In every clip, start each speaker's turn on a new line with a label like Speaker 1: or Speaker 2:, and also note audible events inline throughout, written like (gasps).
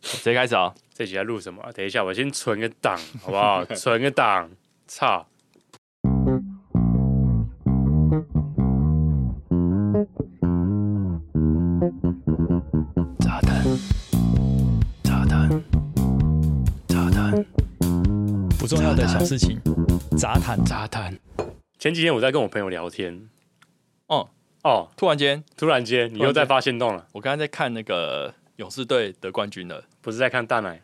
Speaker 1: 谁开始啊？
Speaker 2: 这集在录什么啊？等一下，我先存个
Speaker 1: (laughs)
Speaker 2: 档，好不好？存个档，操！
Speaker 1: 炸弹，炸弹，炸弹，
Speaker 3: 不重要的小事情，杂谈。
Speaker 1: 炸弹。
Speaker 2: 前几天我在跟我朋友聊天，
Speaker 1: 哦
Speaker 2: 哦，
Speaker 1: 突然间，
Speaker 2: 突然间你
Speaker 1: 突然
Speaker 2: 又在
Speaker 1: 间
Speaker 2: 发现动了，
Speaker 1: 我刚刚在看那个勇士队得冠军了，
Speaker 2: 不是在看大奶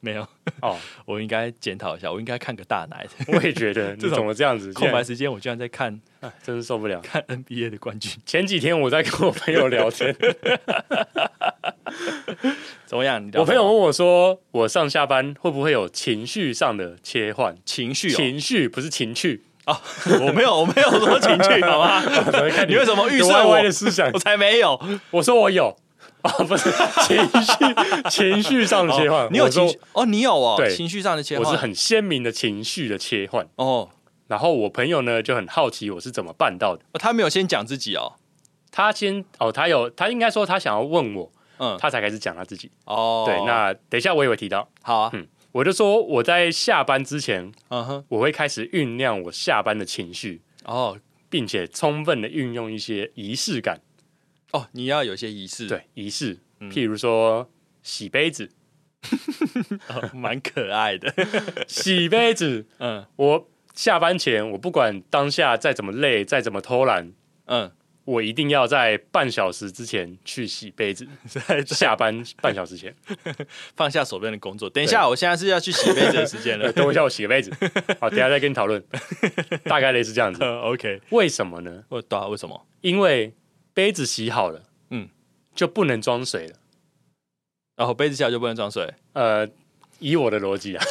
Speaker 1: 没有？ (laughs)
Speaker 2: 哦，
Speaker 1: 我应该检讨一下，我应该看个大
Speaker 2: (laughs)
Speaker 1: 奶。
Speaker 2: 我也觉得你
Speaker 1: 这种
Speaker 2: 怎么这样子，
Speaker 1: 空白
Speaker 2: 竟
Speaker 1: 时间，我居然在看 (laughs)
Speaker 2: 然哎真是受不了。
Speaker 1: 看 NBA 的冠军，
Speaker 2: 前几天我在跟我朋友
Speaker 1: (laughs)
Speaker 2: 聊天，
Speaker 1: 怎么样？你聊
Speaker 2: 我朋友
Speaker 1: 什么
Speaker 2: 问我说，我上下班会不会有情绪上的切换？
Speaker 1: 情绪哦
Speaker 2: 情绪不是情趣，
Speaker 1: 啊， (laughs) 我没有，我没有说情
Speaker 2: (laughs)
Speaker 1: 绪，好吗？
Speaker 2: 看
Speaker 1: 你为什么预设
Speaker 2: 有歪歪的
Speaker 1: 我？
Speaker 2: 思想
Speaker 1: 我？才没有，
Speaker 2: 我说我有啊，不是
Speaker 1: (laughs)
Speaker 2: 情绪情绪上的切换
Speaker 1: 哦，你有
Speaker 2: 我说
Speaker 1: 情绪哦，你有哦，
Speaker 2: 对
Speaker 1: 情绪上的切
Speaker 2: 我
Speaker 1: 换，
Speaker 2: 是很鲜明的情绪的切换。
Speaker 1: 哦，
Speaker 2: 然后我朋友呢就很好奇我是怎么办到的。
Speaker 1: 哦他没有先讲自己哦，
Speaker 2: 他先哦，他有他应该说他想要问我，
Speaker 1: 嗯，
Speaker 2: 他才开始讲他自己。
Speaker 1: 哦，
Speaker 2: 对，那等一下我也会提到，
Speaker 1: 好啊，
Speaker 2: 我就说我在下班之前，
Speaker 1: 嗯哼，
Speaker 2: 我会开始酝酿我下班的情绪，
Speaker 1: 哦
Speaker 2: 并且充分的运用一些仪式感。
Speaker 1: 哦，你要有些仪式，，
Speaker 2: 对，仪式，
Speaker 1: 嗯
Speaker 2: 譬如说洗杯子，
Speaker 1: (laughs)
Speaker 2: (laughs)
Speaker 1: 蛮可爱的，
Speaker 2: 洗杯子，
Speaker 1: 嗯
Speaker 2: 我下班前，我不管当下再怎么累，再怎么偷懒，
Speaker 1: 嗯，
Speaker 2: 我一定要在半小时之前去洗杯子，
Speaker 1: (laughs) 在
Speaker 2: 下班半小
Speaker 1: (laughs)
Speaker 2: 时前。
Speaker 1: 放下手边的工作，等一下，我现在是要去洗杯子的时间 (laughs)
Speaker 2: 呃
Speaker 1: 了
Speaker 2: 等我一下，我洗个杯子。好，等一下再跟你
Speaker 1: (laughs)
Speaker 2: 讨论。大概类似这样子。
Speaker 1: 嗯，OK，
Speaker 2: 为什么呢？
Speaker 1: 我懂啊为什么？
Speaker 2: 因为杯子洗好了，
Speaker 1: 嗯，
Speaker 2: 就不能装水了。
Speaker 1: 然后哦杯子下就不能装水，
Speaker 2: 呃，以我的逻辑啊，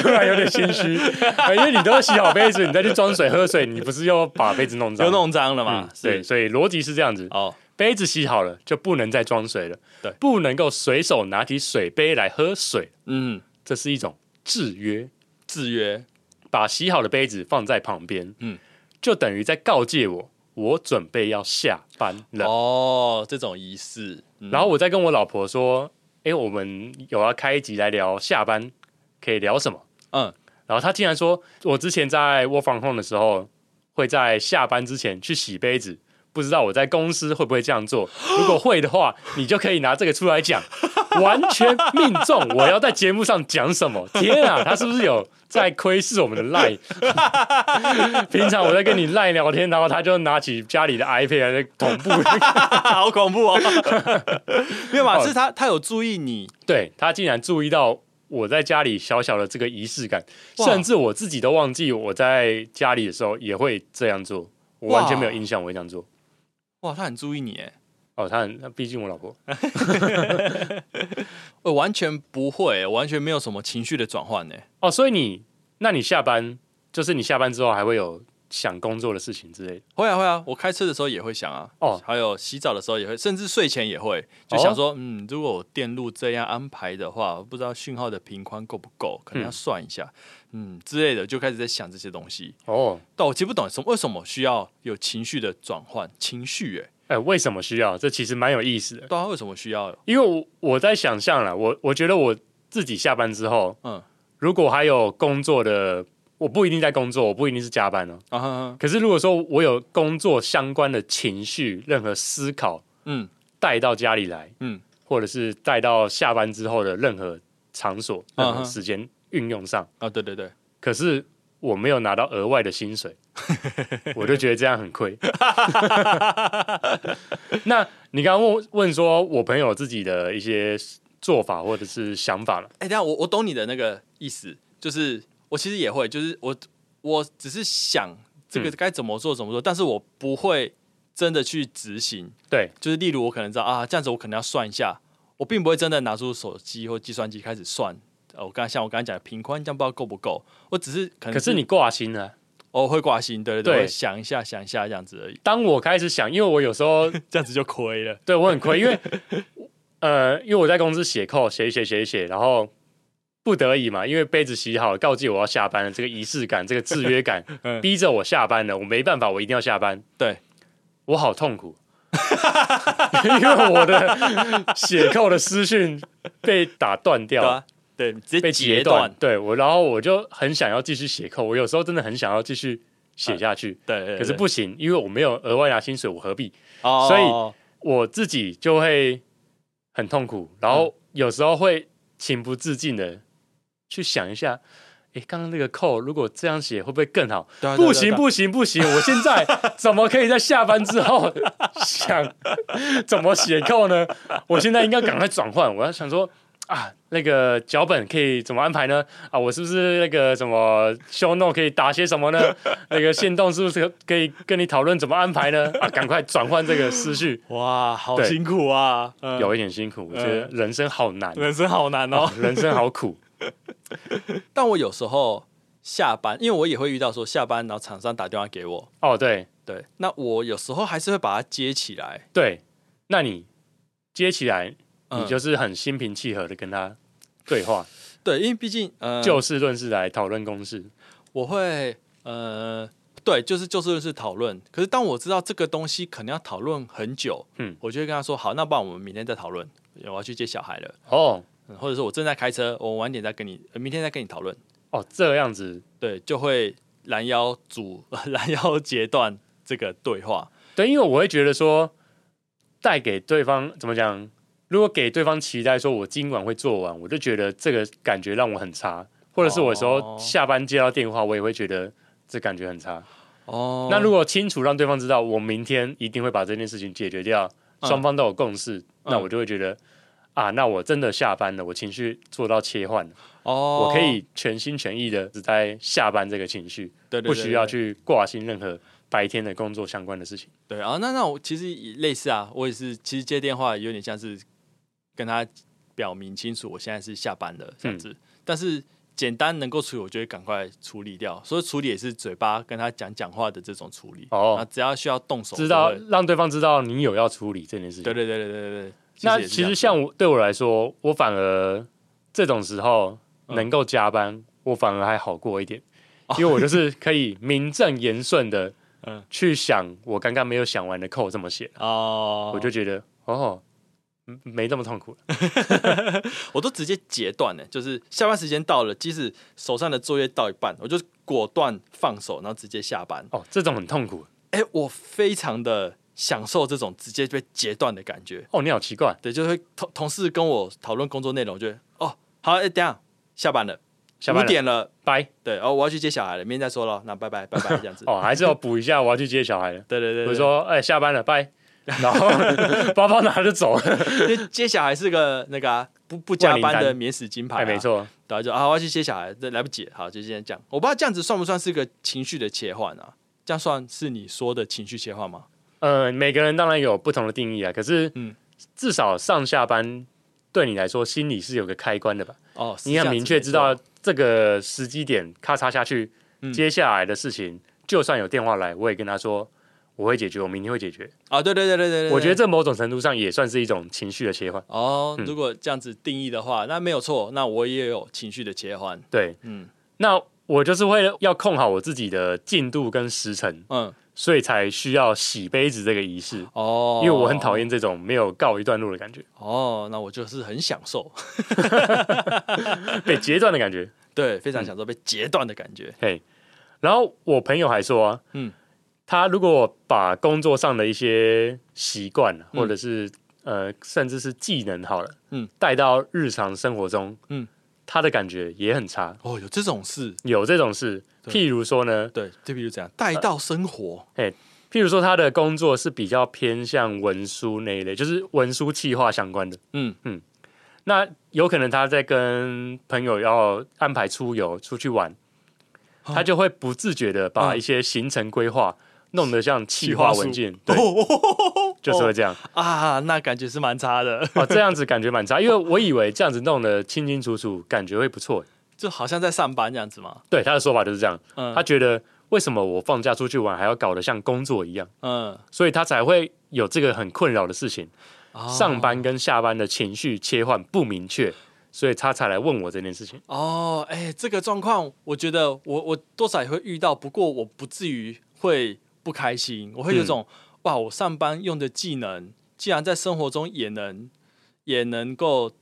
Speaker 2: 突然有点心虚，呃因为你都洗好杯子，你再去装水喝水，你不是又把杯子弄脏？
Speaker 1: (laughs) 又弄脏了
Speaker 2: 嗯
Speaker 1: 嘛，
Speaker 2: 对，
Speaker 1: 是，
Speaker 2: 所以逻辑是这样子：
Speaker 1: 哦，
Speaker 2: 杯子洗好了就不能再装水了，
Speaker 1: 对
Speaker 2: 不能够随手拿起水杯来喝水，
Speaker 1: 嗯，
Speaker 2: 这是一种制约。
Speaker 1: 制约，
Speaker 2: 把洗好的杯子放在旁边，
Speaker 1: 嗯
Speaker 2: 嗯，就等于在告诫我，我准备要下班了。
Speaker 1: 哦，这种仪式，嗯
Speaker 2: 然后我再跟我老婆说，诶，我们有要开一集来聊下班，可以聊什么？
Speaker 1: 嗯，
Speaker 2: 然后她竟然说，我之前在 work from home 的时候，会在下班之前去洗杯子。不知道我在公司会不会这样做？ (laughs) 如果会的话，你就可以拿这个出来讲， (laughs) 完全命中我要在节目上讲什么。 (laughs) 天啊，他是不是有在窥视我们的 line？平常我在跟你 line 聊天，然后他就拿起家里的 iPad 在同步
Speaker 1: (laughs) 好恐怖哦！ (laughs) 没有嘛，
Speaker 2: 哦
Speaker 1: 是他他有注意你，
Speaker 2: 对他竟然注意到我在家里小小的这个仪式感，
Speaker 1: 哇
Speaker 2: 甚至我自己都忘记我在家里的时候也会这样做，我完全没有印象我会这样做。
Speaker 1: 哇，他很注意你，哎，
Speaker 2: 哦，他很，毕竟我老婆，
Speaker 1: 我哦完全不会，我完全没有什么情绪的转换呢。
Speaker 2: 哦，所以你，那你下班就是你下班之后还会有想工作的事情之类的，
Speaker 1: 会啊会啊，我开车的时候也会想啊，
Speaker 2: 哦
Speaker 1: 还有洗澡的时候也会，甚至睡前也会，就想说，嗯，如果我电路这样安排的话，不知道讯号的频宽够不够，可能要算一下，嗯之类的，就开始在想这些东西。
Speaker 2: 哦，
Speaker 1: 但我其实不懂什么为什么需要有情绪的转换，情绪哎，
Speaker 2: 哎，为什么需要？这其实蛮有意思的，
Speaker 1: 对啊，为什么需要？
Speaker 2: 因为我我在想象了，我我觉得我自己下班之后，
Speaker 1: 嗯
Speaker 2: 如果还有工作的，我不一定在工作，我不一定是加班哦，
Speaker 1: 啊哈哈，
Speaker 2: 可是如果说我有工作相关的情绪、任何思考
Speaker 1: 嗯
Speaker 2: 带到家里来，
Speaker 1: 嗯，
Speaker 2: 或者是带到下班之后的任何场所、任
Speaker 1: 嗯
Speaker 2: 何
Speaker 1: 哼
Speaker 2: 时间运用上，
Speaker 1: 啊对对对，
Speaker 2: 可是我没有拿到额外的薪水，我就觉得这样很亏。那你刚刚问问说我朋友自己的一些做法或者是想法了，
Speaker 1: 哎、等一下我我懂你的那个意思，就是我其实也会，就是我我只是想这个
Speaker 2: 嗯
Speaker 1: 该怎么做怎么做，但是我不会真的去执行。
Speaker 2: 对，
Speaker 1: 就是例如我可能知道啊，这样子我可能要算一下，我并不会真的拿出手机或计算机开始算。呃，我刚才像我刚才讲的频宽这样不知道够不够，我只是可能
Speaker 2: 可是你挂心啊了、
Speaker 1: 哦我会挂心，对对
Speaker 2: 对
Speaker 1: 我会想一下想一下这样子而已，
Speaker 2: 当我开始想，因为我有时候
Speaker 1: 这样子就亏了。
Speaker 2: 对我很亏，因为呃，因为我在公司写扣，写一写写一写，然后不得已嘛，因为杯子洗好，告诫我要下班了，这个仪式感，这个制约感
Speaker 1: (laughs) ，嗯
Speaker 2: 逼着我下班了，我没办法，我一定要下班。
Speaker 1: 对，
Speaker 2: 我好痛苦， (laughs) 因为我的血扣的私讯被打断
Speaker 1: 对
Speaker 2: 掉，
Speaker 1: 啊，对，直
Speaker 2: 被
Speaker 1: 接
Speaker 2: 截
Speaker 1: 截
Speaker 2: 断
Speaker 1: 断。。
Speaker 2: 对我，然后我就很想要继续写扣，我有时候真的很想要继续写下去，
Speaker 1: 对，嗯对哦
Speaker 2: 可是，不行，因为我没有额外拿薪水，我何必？所
Speaker 1: 所
Speaker 2: 以我自己就会很痛苦，
Speaker 1: 嗯
Speaker 2: 然后有时候会情不自禁的去想一下，诶，刚刚那个扣如果这样写会不会更好？
Speaker 1: 对啊对啊
Speaker 2: 不
Speaker 1: 对啊
Speaker 2: 行
Speaker 1: 对啊
Speaker 2: 不行不行！我现在怎么可以在下班之后想 (laughs) 怎么写扣呢？我现在应该赶快转换，我要想说。啊，那个脚本可以怎么安排呢？啊，我是不是那个什么 show note 可以打些什么呢？那个线动是不是可以跟你讨论怎么安排呢？啊，赶快转换这个思绪，
Speaker 1: 哇，好
Speaker 2: 对
Speaker 1: 辛苦啊，嗯
Speaker 2: 有一点辛苦，我觉得人生好难，
Speaker 1: 人生好难
Speaker 2: (laughs)
Speaker 1: 哦。
Speaker 2: 人生好苦。
Speaker 1: 但我有时候下班，因为我也会遇到说下班，然后厂商打电话给我，
Speaker 2: 哦，对
Speaker 1: 对，那我有时候还是会把它接起来。
Speaker 2: 对，那你接起来，
Speaker 1: 嗯
Speaker 2: 你就是很心平气和的跟他对话，
Speaker 1: 对，因为毕竟呃，
Speaker 2: 就事论事来讨论公事。
Speaker 1: 我会呃，对，就是就事论事讨论。可是当我知道这个东西可能要讨论很久，
Speaker 2: 嗯
Speaker 1: 嗯，我就会跟他说，好，那不然我们明天再讨论。我要去接小孩了，
Speaker 2: 哦
Speaker 1: 嗯或者是我正在开车，我晚点再跟你，呃明天再跟你讨论。
Speaker 2: 哦，这样子，
Speaker 1: 对，就会拦腰阻 (laughs) 拦腰截断这个对话。
Speaker 2: 对，因为我会觉得说，带给对方怎么讲？如果给对方期待说我今晚会做完，我就觉得这个感觉让我很差，或者是我有时候
Speaker 1: 哦
Speaker 2: 下班接到电话，我也会觉得这感觉很差。
Speaker 1: 哦
Speaker 2: 那如果清楚让对方知道，我明天一定会把这件事情解决掉，
Speaker 1: 嗯
Speaker 2: 双方都有共识，那我就会觉得啊，那我真的下班了，我情绪做到切换了，
Speaker 1: 哦
Speaker 2: 我可以全心全意的只在下班这个情绪，
Speaker 1: 对对
Speaker 2: 不需要
Speaker 1: 去。对
Speaker 2: 去挂心任何白天的工作相关的事情。
Speaker 1: 对啊，那那我其实也类似啊，我也是，其实接电话有点像是跟他表明清楚，我现在是下班了这样
Speaker 2: 嗯
Speaker 1: 子，但是简单能够处理，我就会赶快处理掉。所以处理也是嘴巴跟他讲讲话的这种处理。
Speaker 2: 哦
Speaker 1: 啊，只要需要动手，
Speaker 2: 知道
Speaker 1: 我就会
Speaker 2: 让对方知道你有要处理这件事情。
Speaker 1: 对对对对对对。
Speaker 2: 那
Speaker 1: 也是
Speaker 2: 其
Speaker 1: 这
Speaker 2: 实
Speaker 1: 样
Speaker 2: 像我对我来说，我反而这种时候
Speaker 1: 嗯
Speaker 2: 能够加班，我反而还好过一点，因为我就是可以名正言顺的，
Speaker 1: 哦 (laughs) 嗯
Speaker 2: 去想我刚刚没有想完的扣怎么写，
Speaker 1: 哦，
Speaker 2: 我就觉得哦，嗯没这么痛苦了。
Speaker 1: 我都直接截断了，就是下班时间到了，即使手上的作业到一半，我就果断放手，然后直接下班。
Speaker 2: 哦，这种很痛苦。
Speaker 1: 哎、我非常的享受这种直接被截断的感觉。
Speaker 2: 哦，你好奇怪，
Speaker 1: 对，就会同同事跟我讨论工作内容，我就会哦，好，哎、等一下下班了，
Speaker 2: 下班
Speaker 1: 五
Speaker 2: 了
Speaker 1: 点了，
Speaker 2: 拜。
Speaker 1: 对，哦，我要去接小孩了，明天再说了，那拜拜，拜拜，这样子。
Speaker 2: (laughs) 哦，还是要补一下，我要去接小孩了。
Speaker 1: 对对对
Speaker 2: 我
Speaker 1: 对，
Speaker 2: 就说，哎、下班了，拜。然后 (laughs) 包包拿着
Speaker 1: (laughs)
Speaker 2: 走了。
Speaker 1: 因为接小孩是个那个啊、不不加
Speaker 2: 万
Speaker 1: 班
Speaker 2: 灵丹
Speaker 1: 的免死金牌、
Speaker 2: 哎，没，错，
Speaker 1: 然后就啊，我要去接小孩，这来不及了，好，就今天这样。我不知道这样子算不算是个情绪的切换啊？这样算是你说的情绪切换吗？
Speaker 2: 呃，每个人当然有不同的定义啊，可是，
Speaker 1: 嗯
Speaker 2: 至少上下班对你来说，心里是有个开关的吧？
Speaker 1: 哦，是
Speaker 2: 你
Speaker 1: 这
Speaker 2: 很
Speaker 1: 样
Speaker 2: 明
Speaker 1: 子
Speaker 2: 确
Speaker 1: 没
Speaker 2: 知道
Speaker 1: 错
Speaker 2: 这个时机点，咔嚓下去，
Speaker 1: 嗯
Speaker 2: 接下来的事情，就算有电话来，我也跟他说我会解决，我明天会解决。
Speaker 1: 啊，对对对对对对，
Speaker 2: 我觉得
Speaker 1: 对
Speaker 2: 这某种程度上也算是一种情绪的切换。
Speaker 1: 哦
Speaker 2: 嗯，
Speaker 1: 如果这样子定义的话，那没有错，那我也有情绪的切换，
Speaker 2: 对，
Speaker 1: 嗯
Speaker 2: 那我就是为了要控好我自己的进度跟时辰，
Speaker 1: 嗯，
Speaker 2: 所以才需要洗杯子这个仪式，
Speaker 1: 哦，
Speaker 2: 因为我很讨厌这种没有告一段落的感觉，
Speaker 1: 哦，那我就是很享受，
Speaker 2: 被截断的感觉。
Speaker 1: 对，非常享受被截断的感觉。
Speaker 2: 嘿，然后我朋友还说、啊，嗯
Speaker 1: 嗯，
Speaker 2: 他如果把工作上的一些习惯，啊
Speaker 1: 嗯
Speaker 2: 或者是、呃，甚至是技能好了，嗯
Speaker 1: 嗯，
Speaker 2: 带到日常生活中，嗯
Speaker 1: 嗯，
Speaker 2: 他的感觉也很差。
Speaker 1: 哦，有这种事，
Speaker 2: 有这种事，
Speaker 1: 对
Speaker 2: 譬如说呢，
Speaker 1: 对，就比如这样带到生活，
Speaker 2: 譬如说他的工作是比较偏向文书那一类，就是文书企划相关的。
Speaker 1: 嗯
Speaker 2: 那有可能他在跟朋友要安排出游出去玩，
Speaker 1: 哦
Speaker 2: 他就会不自觉的把
Speaker 1: 嗯
Speaker 2: 一些行程规划弄得像企
Speaker 1: 划
Speaker 2: 划
Speaker 1: 书哦
Speaker 2: 文件，对，就是会这样
Speaker 1: 啊，那感觉是蛮差的， (laughs)
Speaker 2: 哦，这样子感觉蛮差，因为我以为这样子弄得清清楚楚，感觉会不错。
Speaker 1: 就好像在上班这样子嘛。
Speaker 2: 对他的说法就是这样，
Speaker 1: 嗯，
Speaker 2: 他觉得为什么我放假出去玩还要搞得像工作一样，
Speaker 1: 嗯，
Speaker 2: 所以他才会有这个很困扰的事情，
Speaker 1: 哦
Speaker 2: 上班跟下班的情绪切换不明确，所以他才来问我这件事情。
Speaker 1: 哦，哎，这个状况，我觉得我我多少也会遇到，不过嗯我不至于会不开心，我会有种哇，我上班用的技能既然在生活中也能也能够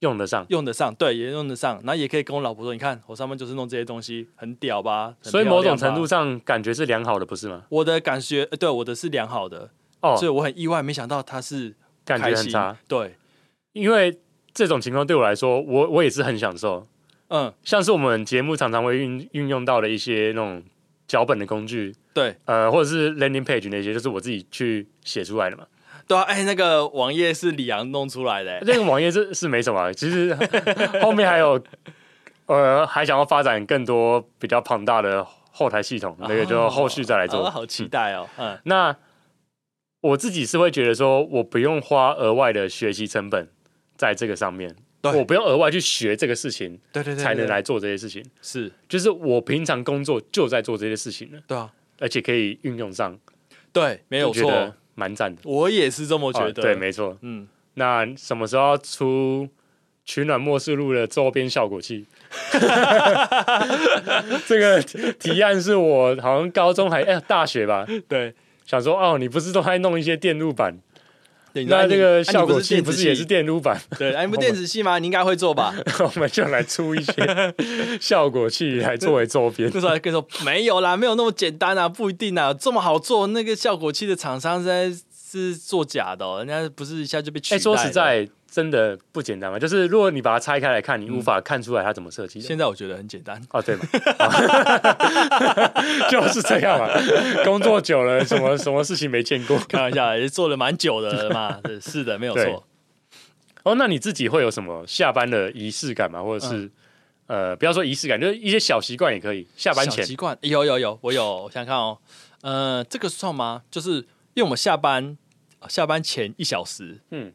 Speaker 2: 用得上。
Speaker 1: 用得上，对，也用得上，然后也可以跟我老婆说，你看我上班就是弄这些东西，很屌吧？很
Speaker 2: 所以某种程
Speaker 1: 漂亮
Speaker 2: 度
Speaker 1: 吧，
Speaker 2: 上，感觉是良好的，不是吗？
Speaker 1: 我的感觉，呃对我的是良好的，
Speaker 2: 哦
Speaker 1: 所，以我很意外，没想到他是
Speaker 2: 感觉
Speaker 1: 开
Speaker 2: 很
Speaker 1: 心
Speaker 2: 差，。
Speaker 1: 对，
Speaker 2: 因为这种情况对我来说，我我也是很享受。
Speaker 1: 嗯，
Speaker 2: 像是我们节目常常会运运用到的一些那种脚本的工具，
Speaker 1: 对，
Speaker 2: 呃，或者是 landing page 那些，就是我自己去写出来的嘛。
Speaker 1: 对啊，哎、那个网页是李阳弄出来的、哎
Speaker 2: 这个网页是是没什么，啊
Speaker 1: (laughs)
Speaker 2: 其实后面还有呃，还想要发展更多比较庞大的后台系统，那个就后续再来做。
Speaker 1: 啊好期待哦，嗯，
Speaker 2: 那我自己是会觉得说，我不用花额外的学习成本在这个上面，
Speaker 1: 对
Speaker 2: 我不用额外去学这个事情
Speaker 1: 对对对，
Speaker 2: 才能
Speaker 1: 对
Speaker 2: 来做这些事情，
Speaker 1: 是，
Speaker 2: 就是我平常工作就在做这些事情了，
Speaker 1: 对啊，
Speaker 2: 而且可以运用上，
Speaker 1: 对，没有
Speaker 2: 就觉
Speaker 1: 错
Speaker 2: 得，蛮赞的。
Speaker 1: 我也是这么觉
Speaker 2: 哦
Speaker 1: 得，
Speaker 2: 对，没错。
Speaker 1: 嗯，
Speaker 2: 那什么时候要出取暖末世录的周边效果器？ (laughs) 这个提案是我好像高中还哎、大学吧，
Speaker 1: 对，
Speaker 2: 想说哦，你不是都还弄一些电路板？
Speaker 1: 对
Speaker 2: 那这个效果器
Speaker 1: 器
Speaker 2: 啊不是也是电路板？ (laughs)
Speaker 1: 对，哎，你不电子系吗？你应该会做吧？
Speaker 2: 我们就来出一 (laughs) 些效果器来作为
Speaker 1: (laughs)
Speaker 2: 周边。
Speaker 1: 那时候还跟你说没有啦，没有那么简单啊，不一定啊，这么好做，那个效果器的厂商实在是作假的、哦，人家不是一下就被取代、
Speaker 2: 哎，说实，在，真的不简单嘛。就是如果你把它拆开来看，你无法看出来它怎么设计的。
Speaker 1: 现在我觉得很简单， (laughs)
Speaker 2: 哦，对嘛， (laughs) 就是这 (laughs) 样嘛。工作久了，什么什么事情没见过？
Speaker 1: 开玩笑，也做了蛮久的了
Speaker 2: (laughs)
Speaker 1: 嘛，对是的，没有
Speaker 2: 对
Speaker 1: 错。
Speaker 2: (laughs) 哦，那你自己会有什么下班的仪式感吗？或者是、呃，不要说仪式感，就是一些小习惯也可以。下班
Speaker 1: 小
Speaker 2: 前
Speaker 1: 习惯有有有，我有，我想想看哦，呃，这个算吗？就是因为我们下班下班前一小时，
Speaker 2: 嗯
Speaker 1: 嗯，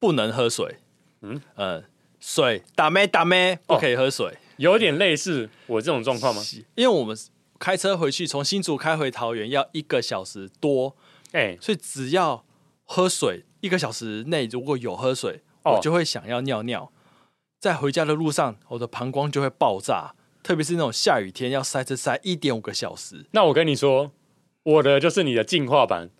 Speaker 1: 不能喝水，
Speaker 2: 嗯哦
Speaker 1: 嗯呃，水打咩打咩，不可以喝水，
Speaker 2: 有点类似我这种状况吗？
Speaker 1: 因为我们开车回去，从新竹开回桃园要一个小时多，
Speaker 2: 哎、
Speaker 1: 所以只要喝水，一个小时内如果有喝水，
Speaker 2: 哦
Speaker 1: 我就会想要尿尿。在回家的路上，我的膀胱就会爆炸，特别是那种下雨天要塞车塞一点五个小时。
Speaker 2: 那我跟你说，我的就是你的进化版。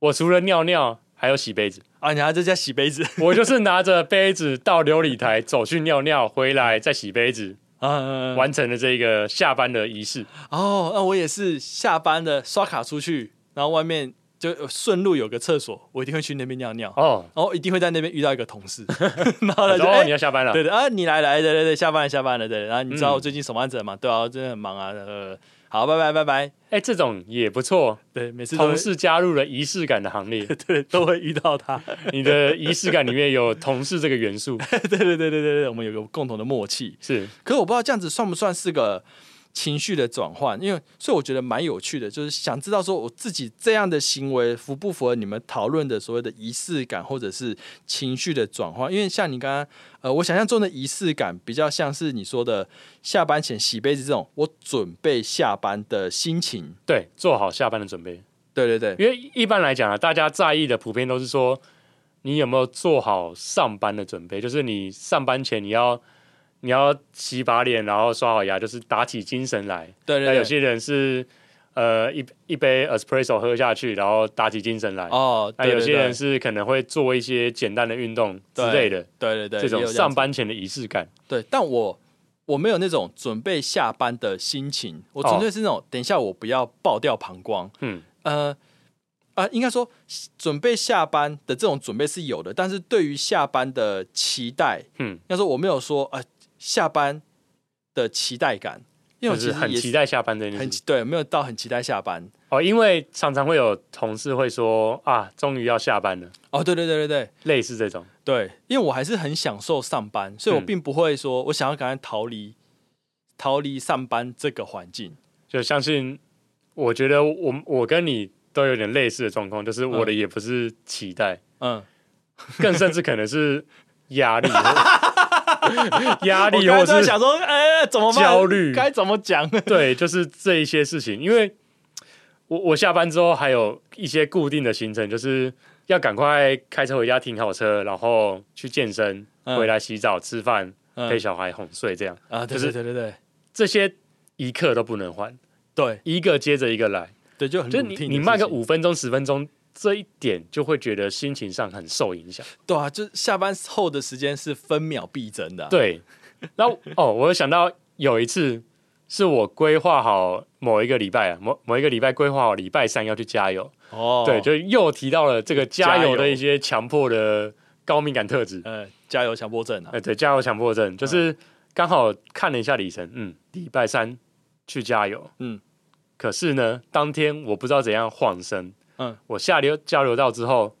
Speaker 2: 我除了尿尿，还有洗杯
Speaker 1: (laughs)
Speaker 2: 子。
Speaker 1: 啊，你还在家洗杯子 (laughs)
Speaker 2: 我就是拿着杯子到琉璃台走去尿尿，回来再洗杯子，
Speaker 1: 啊？
Speaker 2: 完成了这个下班的仪式。
Speaker 1: 哦，那我也是下班的刷卡出去，然后外面就顺路有个厕所，我一定会去那边尿尿，
Speaker 2: 哦，
Speaker 1: 然后一定会在那边遇到一个同
Speaker 2: (laughs)
Speaker 1: 事，然后他
Speaker 2: 我
Speaker 1: 就
Speaker 2: 说哦，
Speaker 1: 哎
Speaker 2: 你要下班了。
Speaker 1: 对的啊，你来来，对对对，下班了下班了，对。然后你知道
Speaker 2: 嗯
Speaker 1: 我最近什么案子了吗？对啊，真的很忙啊，呃，好，拜拜拜拜。
Speaker 2: 哎、这种也不错，
Speaker 1: 对，每次都
Speaker 2: 同
Speaker 1: 会
Speaker 2: 事加入了仪式感的行列。
Speaker 1: (laughs) 对都会遇到他， (laughs)
Speaker 2: 你的仪式感里面有同事这个元素，
Speaker 1: 对对对对对对，我们有个共同的默契。
Speaker 2: 是
Speaker 1: 可是我不知道这样子算不算是个情绪的转换，因为所以我觉得蛮有趣的，就是想知道说我自己这样的行为符不符合你们讨论的所谓的仪式感或者是情绪的转换。因为像你刚刚呃，我想象中的仪式感比较像是你说的下班前洗杯子这种，我准备下班的心情。
Speaker 2: 对，做好下班的准备。
Speaker 1: 对对对，
Speaker 2: 因为一般来讲啊，大家在意的普遍都是说，你有没有做好上班的准备？就是你上班前你要你要洗把脸，然后刷好牙，就是打起精神来。
Speaker 1: 对
Speaker 2: 那
Speaker 1: 对
Speaker 2: 有
Speaker 1: 对，
Speaker 2: 些人是呃一一杯 espresso 喝下去，然后打起精神来。
Speaker 1: 哦，
Speaker 2: 那
Speaker 1: 对
Speaker 2: 有
Speaker 1: 对
Speaker 2: 些
Speaker 1: 对
Speaker 2: 人是可能会做一些简单的运动之类的，
Speaker 1: 对对对，
Speaker 2: 这
Speaker 1: 也
Speaker 2: 种
Speaker 1: 有
Speaker 2: 上
Speaker 1: 子
Speaker 2: 班前的仪式感。
Speaker 1: 对，但我我没有那种准备下班的心情，我
Speaker 2: 哦
Speaker 1: 纯粹是那种、等一下我不要爆掉膀胱，
Speaker 2: 嗯，
Speaker 1: 呃啊、应该说准备下班的这种准备是有的，但是对于下班的期待，
Speaker 2: 嗯
Speaker 1: 嗯，要说我没有说啊、呃下班的期待感，因为我
Speaker 2: 就
Speaker 1: 其
Speaker 2: 是
Speaker 1: 实
Speaker 2: 很
Speaker 1: 也
Speaker 2: 期待下班这件事
Speaker 1: 很
Speaker 2: 情。
Speaker 1: 对，没有到很期待下班。
Speaker 2: 哦，因为常常会有同事会说啊，终于要下班了，
Speaker 1: 哦，对对对对对。
Speaker 2: 类似这种。
Speaker 1: 对，因为我还是很享受上班，所以我
Speaker 2: 嗯
Speaker 1: 并不会说我想要赶快逃离、逃离上班这个环境。
Speaker 2: 就相信，我觉得我我跟你都有点类似的状况，就是我的也不是期待，
Speaker 1: 嗯，
Speaker 2: 更甚至可能是压
Speaker 1: (laughs)
Speaker 2: 力，压力
Speaker 1: 我刚才
Speaker 2: 或
Speaker 1: 就在
Speaker 2: 是
Speaker 1: 想说，哎、怎么办
Speaker 2: 焦虑
Speaker 1: 该怎么
Speaker 2: (laughs)
Speaker 1: 讲？
Speaker 2: 对，就是这一些事情。因为我我下班之后还有一些固定的行程，就是要赶快开车回家停好车，然后去健身，
Speaker 1: 嗯
Speaker 2: 回来洗澡、吃饭、
Speaker 1: 嗯
Speaker 2: 陪小孩哄睡，这样
Speaker 1: 啊，对
Speaker 2: 就是
Speaker 1: 对对对对
Speaker 2: 这些一刻都不能换，
Speaker 1: 对
Speaker 2: 一个接着一个来。
Speaker 1: 对，就很
Speaker 2: 就是
Speaker 1: routine
Speaker 2: 你
Speaker 1: 嗯的
Speaker 2: 你
Speaker 1: 事
Speaker 2: 慢个
Speaker 1: 情，
Speaker 2: 五分钟十分钟这一点就会觉得心情上很受影响。
Speaker 1: 对啊，就是下班后的时间是分秒必争的啊、
Speaker 2: 对，然后哦，我又想到有一次是我规划好某一个礼拜啊，某某一个礼拜规划好礼拜三要去加油，
Speaker 1: 哦，
Speaker 2: 对，就又提到了这个加
Speaker 1: 加
Speaker 2: 油
Speaker 1: 油
Speaker 2: 的一些强迫的高敏感特质。
Speaker 1: 呃，加油强迫症啊
Speaker 2: 哎、，对，加油强迫症
Speaker 1: 嗯
Speaker 2: 就是刚好看了一下里程，嗯，礼拜三去加油，
Speaker 1: 嗯，
Speaker 2: 可是呢，当天我不知道怎样晃身，
Speaker 1: 嗯，
Speaker 2: 我下流交流道之后，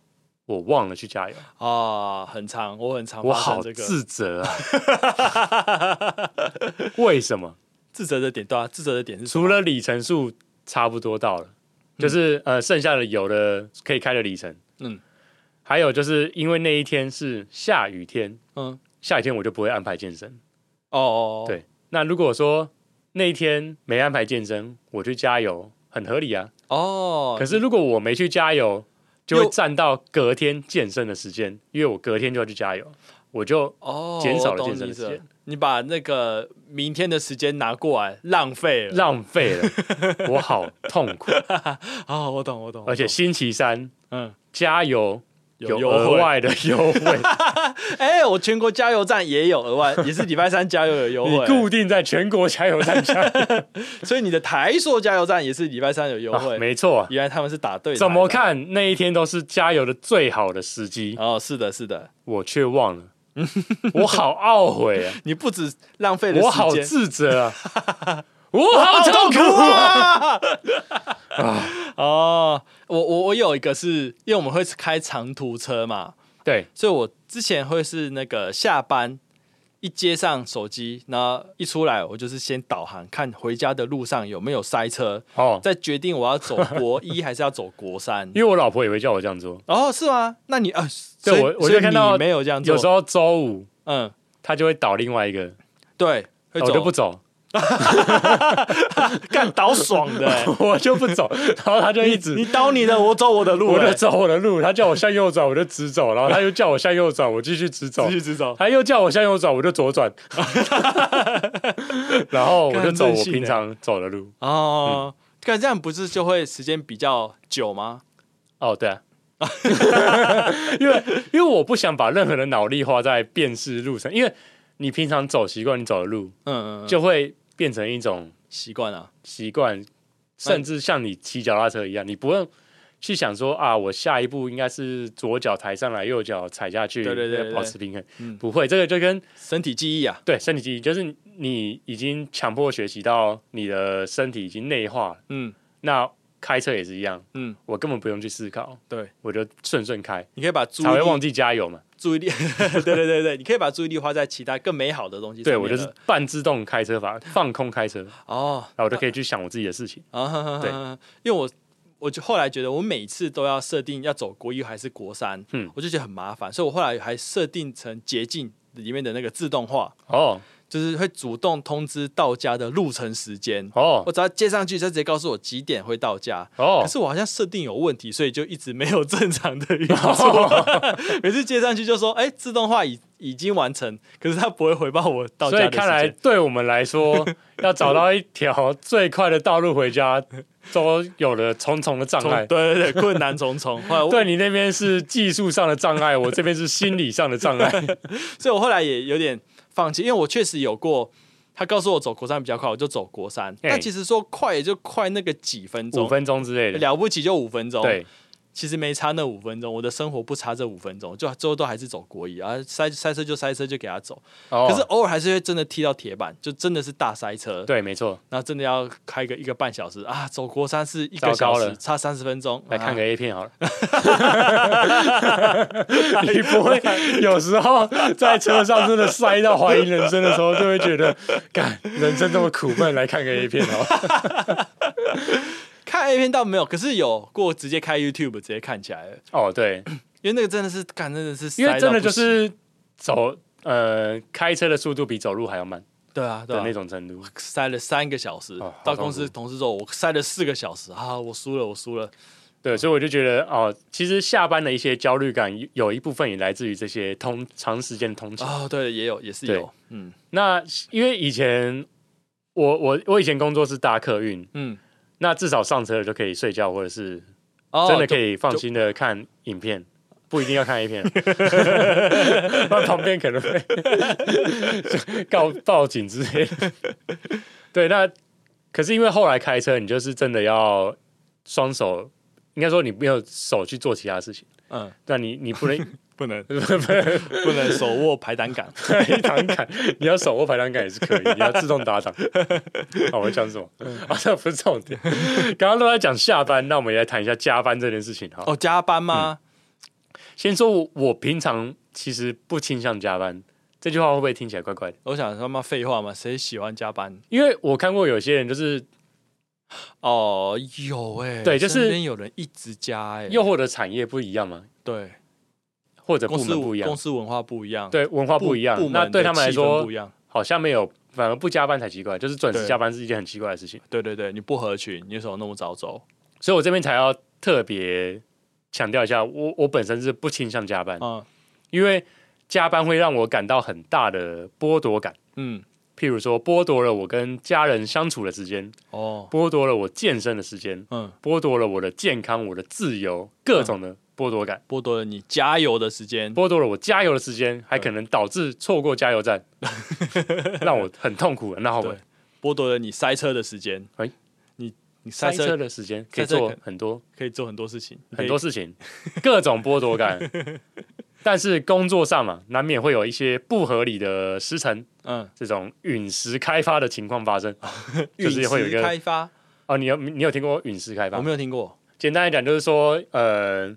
Speaker 2: 我忘了去加油，
Speaker 1: 啊，很长，我很长，
Speaker 2: 我好
Speaker 1: 这个
Speaker 2: 自责啊， (laughs) 为什么？
Speaker 1: 自责的点，对啊，自责的点是什么
Speaker 2: 除了里程数差不多到了，就是、呃，剩下的有的可以开的里程，
Speaker 1: 嗯，
Speaker 2: 还有就是因为那一天是下雨天，
Speaker 1: 嗯，
Speaker 2: 下雨天我就不会安排健身。
Speaker 1: 哦哦，哦
Speaker 2: 对那如果说那一天没安排健身，我去加油，很合理啊。
Speaker 1: 哦，
Speaker 2: 可是如果我没去加油，就会
Speaker 1: 又
Speaker 2: 占到隔天健身的时间，因为我隔天就要去加油，我就
Speaker 1: 哦，
Speaker 2: 减少了
Speaker 1: 我懂
Speaker 2: 健身
Speaker 1: 你
Speaker 2: 的时
Speaker 1: 意思
Speaker 2: 间
Speaker 1: 了你把那个明天的时间拿过来，浪费了。
Speaker 2: 浪费
Speaker 1: (laughs)
Speaker 2: 了，我好痛苦。
Speaker 1: 哦，我懂，我懂。
Speaker 2: 而且
Speaker 1: 我懂
Speaker 2: 星期三
Speaker 1: 嗯，
Speaker 2: 加油有
Speaker 1: 有
Speaker 2: 额
Speaker 1: 惠。 (laughs)
Speaker 2: 外的优惠，
Speaker 1: 哎、我全国加油站也有额
Speaker 2: (laughs)
Speaker 1: 外，也是礼拜三加油有优
Speaker 2: 你
Speaker 1: 惠，
Speaker 2: 固定在全国加油
Speaker 1: (laughs)
Speaker 2: 站加油，
Speaker 1: 所以你的台塑加油站也是礼拜三有优惠、
Speaker 2: 啊没错。
Speaker 1: 原来他们是打对台的
Speaker 2: 怎么？看那一天都是加油的最好的时机，
Speaker 1: 哦，是的，是的，
Speaker 2: 我却
Speaker 1: (laughs)
Speaker 2: 忘了，我好懊悔啊！
Speaker 1: 你不止浪费了
Speaker 2: 我好
Speaker 1: 时间，
Speaker 2: 自责啊，
Speaker 1: (laughs)
Speaker 2: 我好痛苦啊！
Speaker 1: 啊！ (laughs) 哦，我我我有一个是因为我们会开长途车嘛，
Speaker 2: 对，
Speaker 1: 所以我之前会是那个下班一接上手机，然后一出来我就是先导航看回家的路上有没有塞车，
Speaker 2: 哦，
Speaker 1: 再决定我要走国一还是要走国三。
Speaker 2: (laughs) 因为我老婆也会叫我这样做，
Speaker 1: 哦，是吗？那你啊，
Speaker 2: 对
Speaker 1: 所以
Speaker 2: 我我
Speaker 1: 所以
Speaker 2: 就看到
Speaker 1: 你没有这样做，
Speaker 2: 有时候周五
Speaker 1: 嗯，
Speaker 2: 她就会倒另外一个，
Speaker 1: 对，会
Speaker 2: 哦我
Speaker 1: 走
Speaker 2: 就
Speaker 1: (laughs)
Speaker 2: 不走，
Speaker 1: 干倒爽的、 (laughs)
Speaker 2: 我就不走，然后她就一直
Speaker 1: 你。倒你的，我走我的路、
Speaker 2: 我就
Speaker 1: 欸
Speaker 2: 走我的路，她叫我向右转，我就直走，然后她又叫我向右转，我继续直走
Speaker 1: 继，续直走。
Speaker 2: 她又叫我向右转，我就
Speaker 1: (laughs)
Speaker 2: 左转，然后我就走
Speaker 1: 干任
Speaker 2: 我
Speaker 1: 性
Speaker 2: 平
Speaker 1: 欸
Speaker 2: 常走的路。
Speaker 1: 哦，干、这样不是就会时间比较久吗？
Speaker 2: 哦，对啊， (laughs) 因为因为我不想把任何的脑力花在辨识路上，因为你平常走习惯你走的路，
Speaker 1: 嗯，嗯嗯
Speaker 2: 就会变成一种
Speaker 1: 习惯了。
Speaker 2: 习惯，甚至像你骑脚踏车一样，你不用去想说啊，我下一步应该是左脚抬上来，右脚踩下去，
Speaker 1: 对对对对对
Speaker 2: 保持平衡。
Speaker 1: 嗯
Speaker 2: 不会，这个就跟
Speaker 1: 身体记忆啊，
Speaker 2: 对身体记忆，就是你已经强迫学习到你的身体已经内化了。
Speaker 1: 嗯
Speaker 2: 那开车也是一样，
Speaker 1: 嗯，
Speaker 2: 我根本不用去思考，
Speaker 1: 对，
Speaker 2: 我就顺顺开。
Speaker 1: 你可以把注意
Speaker 2: 才会忘
Speaker 1: 力
Speaker 2: 记加油嘛。
Speaker 1: 注意力， (laughs) 对对对对，你可以把注意力花在其他更美好的东西上
Speaker 2: 对
Speaker 1: 面
Speaker 2: 我就是
Speaker 1: 了
Speaker 2: 半自动开车法，放空开车，然
Speaker 1: 哦
Speaker 2: 后我就可以去想我自己的
Speaker 1: (laughs)
Speaker 2: 事情。
Speaker 1: 啊，
Speaker 2: 对，
Speaker 1: 因为我我就后来觉得我每次都要设定要走国一还是国三，
Speaker 2: 嗯
Speaker 1: 我就觉得很麻烦，所以我后来还设定成捷径里面的那个自动化，
Speaker 2: 哦
Speaker 1: 就是会主动通知到家的路程时间。
Speaker 2: 哦
Speaker 1: 我只要接上去，它直接告诉我几点会到家。
Speaker 2: 哦
Speaker 1: 可，是我好像设定有问题，所以就一直没有正常的运作。
Speaker 2: (laughs)
Speaker 1: 每次接上去就说：“哎、自动化已已经完成。”可是它不会回报我到家
Speaker 2: 所
Speaker 1: 的
Speaker 2: 以
Speaker 1: 时间。
Speaker 2: 看来对我们来说，要找到一条最快的道路回家，都有了重重的障
Speaker 1: 重 (laughs)
Speaker 2: 碍。
Speaker 1: 对对对，困难重重。后来我，
Speaker 2: (laughs) 对你那边是技术上的障碍，我这边是心理上的障
Speaker 1: (laughs)
Speaker 2: 碍。
Speaker 1: 所以我后来也有点放弃，因为我确实有过。他告诉我走国三比较快，我就走国三。
Speaker 2: 哎
Speaker 1: 但其实说快也就快那个几分钟，
Speaker 2: 五分钟之类的，
Speaker 1: 了不起就五分钟。
Speaker 2: 对，
Speaker 1: 其实没差那五分钟，我的生活不差这五分钟，就最后都还是走国一啊，塞塞车就塞车就给他走。
Speaker 2: 哦
Speaker 1: 可是偶尔还是会真的踢到铁板，就真的是大塞车，
Speaker 2: 对，没错，
Speaker 1: 那真的要开个一个半小时啊，走国三是一个
Speaker 2: 糟
Speaker 1: 小
Speaker 2: 糕了
Speaker 1: 时，差三十分钟，
Speaker 2: 来看个
Speaker 1: 啊 (laughs)
Speaker 2: A 片好了。你不会
Speaker 1: (laughs)
Speaker 2: 有时候在车上真的塞到怀疑人生的时候，就会觉得，干人生这么苦闷，来看个 A 片好
Speaker 1: (laughs)
Speaker 2: 了。
Speaker 1: 看 A 片倒没有，可是有过直接开 YouTube 直接看起来了，
Speaker 2: 哦，对，
Speaker 1: 因为那个真的是看真的是塞
Speaker 2: (laughs) 因
Speaker 1: 到
Speaker 2: 为
Speaker 1: 不行，
Speaker 2: 真的就是走呃开车的速度比走路还要慢
Speaker 1: 对啊对
Speaker 2: 的
Speaker 1: 啊
Speaker 2: 那，种程度。
Speaker 1: 塞了三个小时
Speaker 2: 哦好，
Speaker 1: 到
Speaker 2: 痛
Speaker 1: 公司
Speaker 2: 苦
Speaker 1: 同事说我塞了四个小时啊，我输了我输了，
Speaker 2: 对，所以我就觉得哦，其实下班的一些焦虑感，有有一部分也来自于这些通长时间的通勤。
Speaker 1: 哦对也有也是
Speaker 2: 对
Speaker 1: 有，嗯
Speaker 2: 那因为以前我我我以前工作是搭客运，
Speaker 1: 嗯
Speaker 2: 那至少上车了就可以睡觉或者是
Speaker 1: 哦
Speaker 2: 真的可
Speaker 1: 以
Speaker 2: 以放心的看影片，不一定要看 A 片， (laughs) 不然旁边可
Speaker 1: (laughs)
Speaker 2: 能会告报警之类的。对，那可是因为后来开车，你就是真的要双手，应该说你没有手去做其他事情，
Speaker 1: 嗯，
Speaker 2: 那你你不能 (laughs)
Speaker 1: 不能 (laughs) 不能手握排挡杆，
Speaker 2: 排挡杆，你要手握排挡杆也是可以，你要自动打挡。
Speaker 1: (laughs)
Speaker 2: 好，我讲什么？ (laughs) 啊，这不是重点。刚刚都在讲下班，那我们也来谈一下加班这件事情哈。
Speaker 1: 哦，加班吗？
Speaker 2: 嗯先说我，我平常其实不倾向加班，这句话会不会听起来怪怪的？
Speaker 1: 我想他妈废话嘛，谁喜欢加班？
Speaker 2: 因为我看过有些人就是
Speaker 1: 哦，有哎、
Speaker 2: 对就是
Speaker 1: 身边有人一直加哎、
Speaker 2: 诱惑的产业不一样嘛，
Speaker 1: 对，
Speaker 2: 或者
Speaker 1: 公
Speaker 2: 部
Speaker 1: 司
Speaker 2: 门不一
Speaker 1: 公
Speaker 2: 样，
Speaker 1: 司文化不一样，，
Speaker 2: 对文化不一样
Speaker 1: 部，
Speaker 2: 那
Speaker 1: 门
Speaker 2: 对
Speaker 1: 的
Speaker 2: 他们来
Speaker 1: 气氛
Speaker 2: 说
Speaker 1: 不一样。
Speaker 2: 好像没有，反而不加班才奇怪，就是准时
Speaker 1: 对
Speaker 2: 加班是一件很奇怪的事情。
Speaker 1: 对对对，你不合群，你为什么那么早走？
Speaker 2: 所以我这边才要特别强调一下，我我本身是不倾向加班，
Speaker 1: 嗯
Speaker 2: 因为加班会让我感到很大的剥夺感，
Speaker 1: 嗯，
Speaker 2: 譬如说剥夺了我跟家人相处的时间，
Speaker 1: 哦，
Speaker 2: 剥夺了我健身的时间，
Speaker 1: 嗯，
Speaker 2: 剥夺了我的健康、我的自由，各种的剥夺感，
Speaker 1: 剥夺了你加油的时间。
Speaker 2: 剥夺了我加油的时间，还可能导致错过加
Speaker 1: (laughs)
Speaker 2: 油站，让我很痛苦，很懊悔
Speaker 1: 对。剥夺了你塞车的时间。
Speaker 2: 哎
Speaker 1: 你你塞
Speaker 2: 塞车
Speaker 1: 车
Speaker 2: 的时间可以
Speaker 1: 塞车
Speaker 2: 做
Speaker 1: 可
Speaker 2: 很多
Speaker 1: 可以做很多事情，你可
Speaker 2: 很
Speaker 1: 以
Speaker 2: 多事情，各种剥夺
Speaker 1: (laughs)
Speaker 2: 感。但是工作上嘛，难免会有一些不合理的时辰，
Speaker 1: 嗯，
Speaker 2: 这种陨石开发的情况发生。就是会有一个
Speaker 1: 陨石开发，
Speaker 2: 哦，你有你有听过陨石开发
Speaker 1: 我
Speaker 2: 吗？
Speaker 1: 没有听过。
Speaker 2: 简单来讲，就是说，呃，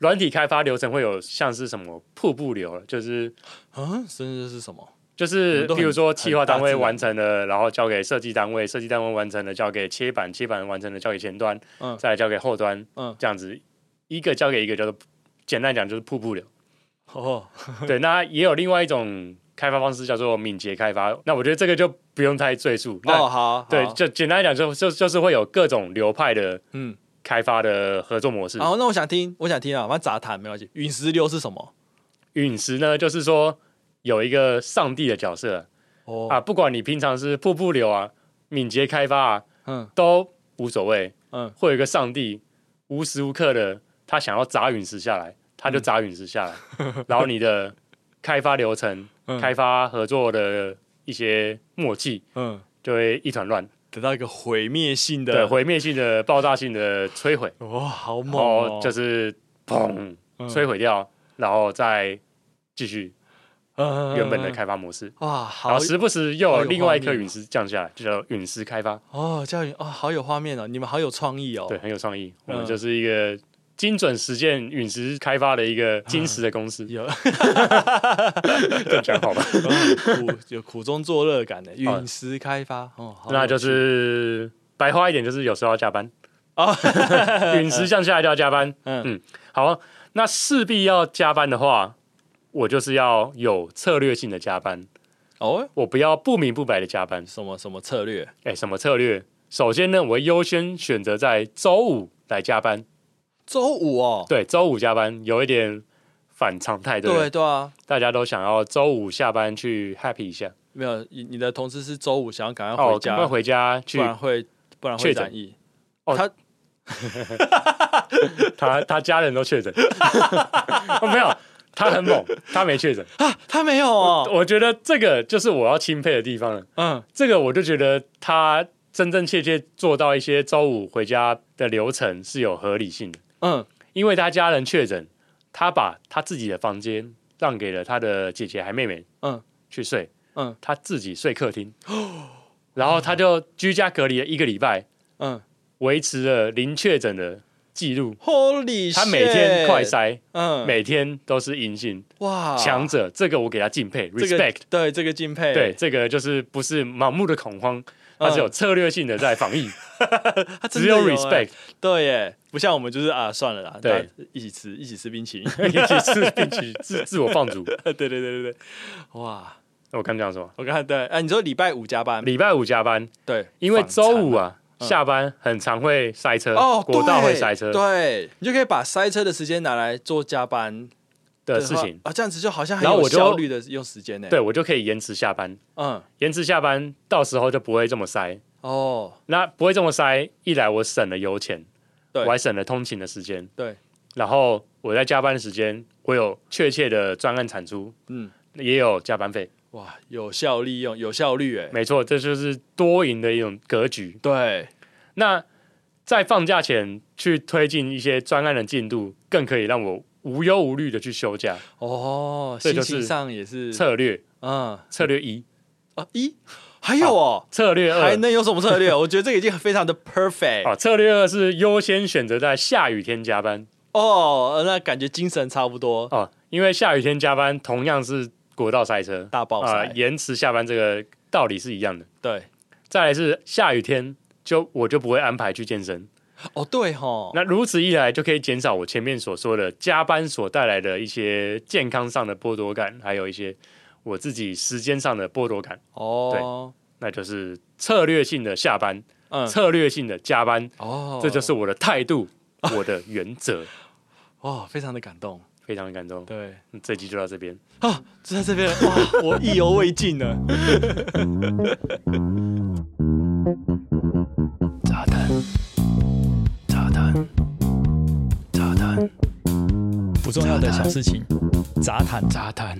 Speaker 2: 软体开发流程会有像是什么瀑布流，就是
Speaker 1: 嗯，甚至是什么？
Speaker 2: 就是
Speaker 1: 们都
Speaker 2: 比
Speaker 1: 很
Speaker 2: 如说，企划单
Speaker 1: 很大自
Speaker 2: 位
Speaker 1: 然
Speaker 2: 完成了，然后交给设计单位，设计单位完成了，交给切板，切板完成了，交给前端，
Speaker 1: 嗯
Speaker 2: 再来交给后端，
Speaker 1: 嗯
Speaker 2: 这样子一个交给一个，叫做简单讲就是瀑
Speaker 1: (laughs)
Speaker 2: 布流。
Speaker 1: 哦，
Speaker 2: 对，那也有另外一种开发方式叫做敏捷开发，那我觉得这个就不用太赘述。那、
Speaker 1: 哦，好，
Speaker 2: 对，
Speaker 1: 好
Speaker 2: 就简单讲就就就是会有各种流派的
Speaker 1: 嗯，哦
Speaker 2: 开发的合作模式。
Speaker 1: 好，那我想听，我想听啊，反正杂谈没关系。陨石流是什么？
Speaker 2: 陨石呢，就是说有一个上帝的角色
Speaker 1: 哦，
Speaker 2: 啊，不管你平常是瀑布流啊、敏捷开发啊。
Speaker 1: 嗯
Speaker 2: 都无所谓，
Speaker 1: 嗯，
Speaker 2: 会有一个上帝无时无刻的他想要砸陨石下来，他就
Speaker 1: 嗯
Speaker 2: 砸陨石下来，然后你的开发流程、
Speaker 1: (laughs) 嗯
Speaker 2: 开发合作的一些默契
Speaker 1: 嗯，
Speaker 2: 就会一团乱，
Speaker 1: 得到一个毁灭性
Speaker 2: 对，
Speaker 1: 的，
Speaker 2: 毁灭性的、爆炸性的摧毁，
Speaker 1: 哇，好
Speaker 2: 然
Speaker 1: 猛
Speaker 2: 后
Speaker 1: 哦，
Speaker 2: 就是砰
Speaker 1: 嗯
Speaker 2: 摧毁掉，然后再继续
Speaker 1: 嗯
Speaker 2: 原本的，开发模式。
Speaker 1: 嗯嗯哇，
Speaker 2: 然
Speaker 1: 好
Speaker 2: 后时不时又
Speaker 1: 好
Speaker 2: 有
Speaker 1: 有
Speaker 2: 另外一
Speaker 1: 画
Speaker 2: 颗
Speaker 1: 面哦
Speaker 2: 陨石降下来，就叫陨石开发。
Speaker 1: 哦，教育哦，好有画面哦，你们好有创意哦，
Speaker 2: 对，，很有创意。我们
Speaker 1: 嗯
Speaker 2: 就是一个精准实践陨石开发的一个金石的公司， (laughs)
Speaker 1: 有 (laughs)
Speaker 2: 这讲好吧？
Speaker 1: 苦有苦中作乐感的陨石开发哦， (laughs) 好
Speaker 2: 那
Speaker 1: 有
Speaker 2: 就是白话一点，就是有时候要加班
Speaker 1: 哦
Speaker 2: (laughs) 陨石降下来就要加班。
Speaker 1: (laughs) 嗯
Speaker 2: 嗯，好，那势必要加班的话，我就是要有策略性的加班，
Speaker 1: 哦，
Speaker 2: 我不要不明不白的加班。
Speaker 1: 什么什么策略？
Speaker 2: 哎，什么策略？首先呢，我会优先选择在周五来加班。
Speaker 1: 周五哦，
Speaker 2: 对，周五加班有一点反常态，对不
Speaker 1: 对
Speaker 2: 对？
Speaker 1: 对啊，
Speaker 2: 大家都想要周五下班去 happy 一下。
Speaker 1: 没有你你的同事是周五想要赶快
Speaker 2: 哦，
Speaker 1: 回
Speaker 2: 赶
Speaker 1: 家，
Speaker 2: 快回家去
Speaker 1: 不。然会不然
Speaker 2: 确
Speaker 1: 会
Speaker 2: 诊
Speaker 1: 染疫。
Speaker 2: 他他家人都确
Speaker 1: (laughs)
Speaker 2: 诊，哦没有，他很猛，他没确诊。
Speaker 1: 他没有哦，
Speaker 2: 我觉得这个就是我要钦佩的地方了。
Speaker 1: 嗯
Speaker 2: 这个我就觉得他真真切切做到一些周五回家的流程是有合理性的，
Speaker 1: 嗯，
Speaker 2: 因为他家人确诊，他把他自己的房间让给了他的姐姐还妹妹，
Speaker 1: 嗯，
Speaker 2: 去睡，
Speaker 1: 嗯，
Speaker 2: 他自己睡客厅， (gasps) 然后他就居家隔离了一个礼拜，
Speaker 1: 嗯
Speaker 2: 维持了零确诊的记录。
Speaker 1: ，Holy，
Speaker 2: 他每天
Speaker 1: shit
Speaker 2: 快，筛，
Speaker 1: 嗯，
Speaker 2: 每天都是阴性，
Speaker 1: 哇，
Speaker 2: 强者，这个我给他敬佩
Speaker 1: 这个
Speaker 2: ，respect。
Speaker 1: 对这个敬佩，
Speaker 2: 对，，这个就是不是盲目的恐慌，他是有策略性的在防疫，
Speaker 1: 他 (laughs) 真
Speaker 2: 只
Speaker 1: 的
Speaker 2: 有
Speaker 1: 欸
Speaker 2: respect
Speaker 1: 对耶，不像我们就是啊，算了啦，
Speaker 2: 对
Speaker 1: 大家一起吃一起吃冰淇淋， (laughs)
Speaker 2: 一起吃，并且自自我放逐。
Speaker 1: 对对对对对，哇，
Speaker 2: 我刚讲什么？
Speaker 1: 我刚才对，啊，你说礼拜五加班，
Speaker 2: 礼拜五加班，
Speaker 1: 对，
Speaker 2: 因为
Speaker 1: 反常
Speaker 2: 周五
Speaker 1: 啊。
Speaker 2: 啊下班很常会塞车，
Speaker 1: 哦，
Speaker 2: 国道
Speaker 1: 对
Speaker 2: 会塞车
Speaker 1: 对你就可以把塞车的时间拿来做加班
Speaker 2: 的事情，
Speaker 1: 啊，这样子就好像很
Speaker 2: 然后
Speaker 1: 有
Speaker 2: 我就
Speaker 1: 效率的用时间呢。
Speaker 2: 对，我就可以延迟下班，
Speaker 1: 嗯，
Speaker 2: 延迟下班到时候就不会这么塞。
Speaker 1: 哦，
Speaker 2: 那不会这么塞，一来我省了油钱，
Speaker 1: 对
Speaker 2: 我还省了通勤的时间。
Speaker 1: 对，
Speaker 2: 然后我在加班的时间，我有确切的专案产出，
Speaker 1: 嗯，
Speaker 2: 也有加班费。
Speaker 1: 哇，有效利用，有效率，哎，
Speaker 2: 没错，这就是多赢的一种格局。
Speaker 1: 对，
Speaker 2: 那在放假前去推进一些专案的进度，更可以让我无忧无虑的去休假。
Speaker 1: 哦，
Speaker 2: 这
Speaker 1: 心
Speaker 2: 就是
Speaker 1: 情上也是，
Speaker 2: 策略，
Speaker 1: 嗯，
Speaker 2: 策略一，
Speaker 1: 啊，一还有哦，
Speaker 2: 策略二
Speaker 1: 还，能有什么策略？我觉得这个已经非常的 perfect
Speaker 2: 啊，策略二是优先选择在下雨天加班
Speaker 1: 哦，呃那感觉精神差不多，
Speaker 2: 哦、因为下雨天加班同样是国道塞车
Speaker 1: 大爆
Speaker 2: 啊、
Speaker 1: 塞，
Speaker 2: 延迟下班这个道理是一样的。
Speaker 1: 对，
Speaker 2: 再来是下雨天，就我就不会安排去健身。
Speaker 1: 哦对吼，
Speaker 2: 那如此一来，就可以减少我前面所说的加班所带来的一些健康上的剥夺感，还有一些我自己时间上的剥夺感。
Speaker 1: 哦，
Speaker 2: 那就是策略性的下班，
Speaker 1: 嗯，
Speaker 2: 策略性的加班，
Speaker 1: 哦，
Speaker 2: 这就是我的态度，我的原则。
Speaker 1: 哦，非常的感动，
Speaker 2: 非常感动，
Speaker 1: 对，
Speaker 2: 嗯这集就到这边。
Speaker 1: 啊，就在这边，哇，我意犹未尽呢。炸弹，炸弹，炸弹，
Speaker 3: 不重要的小事情，杂谈。
Speaker 1: 炸弹，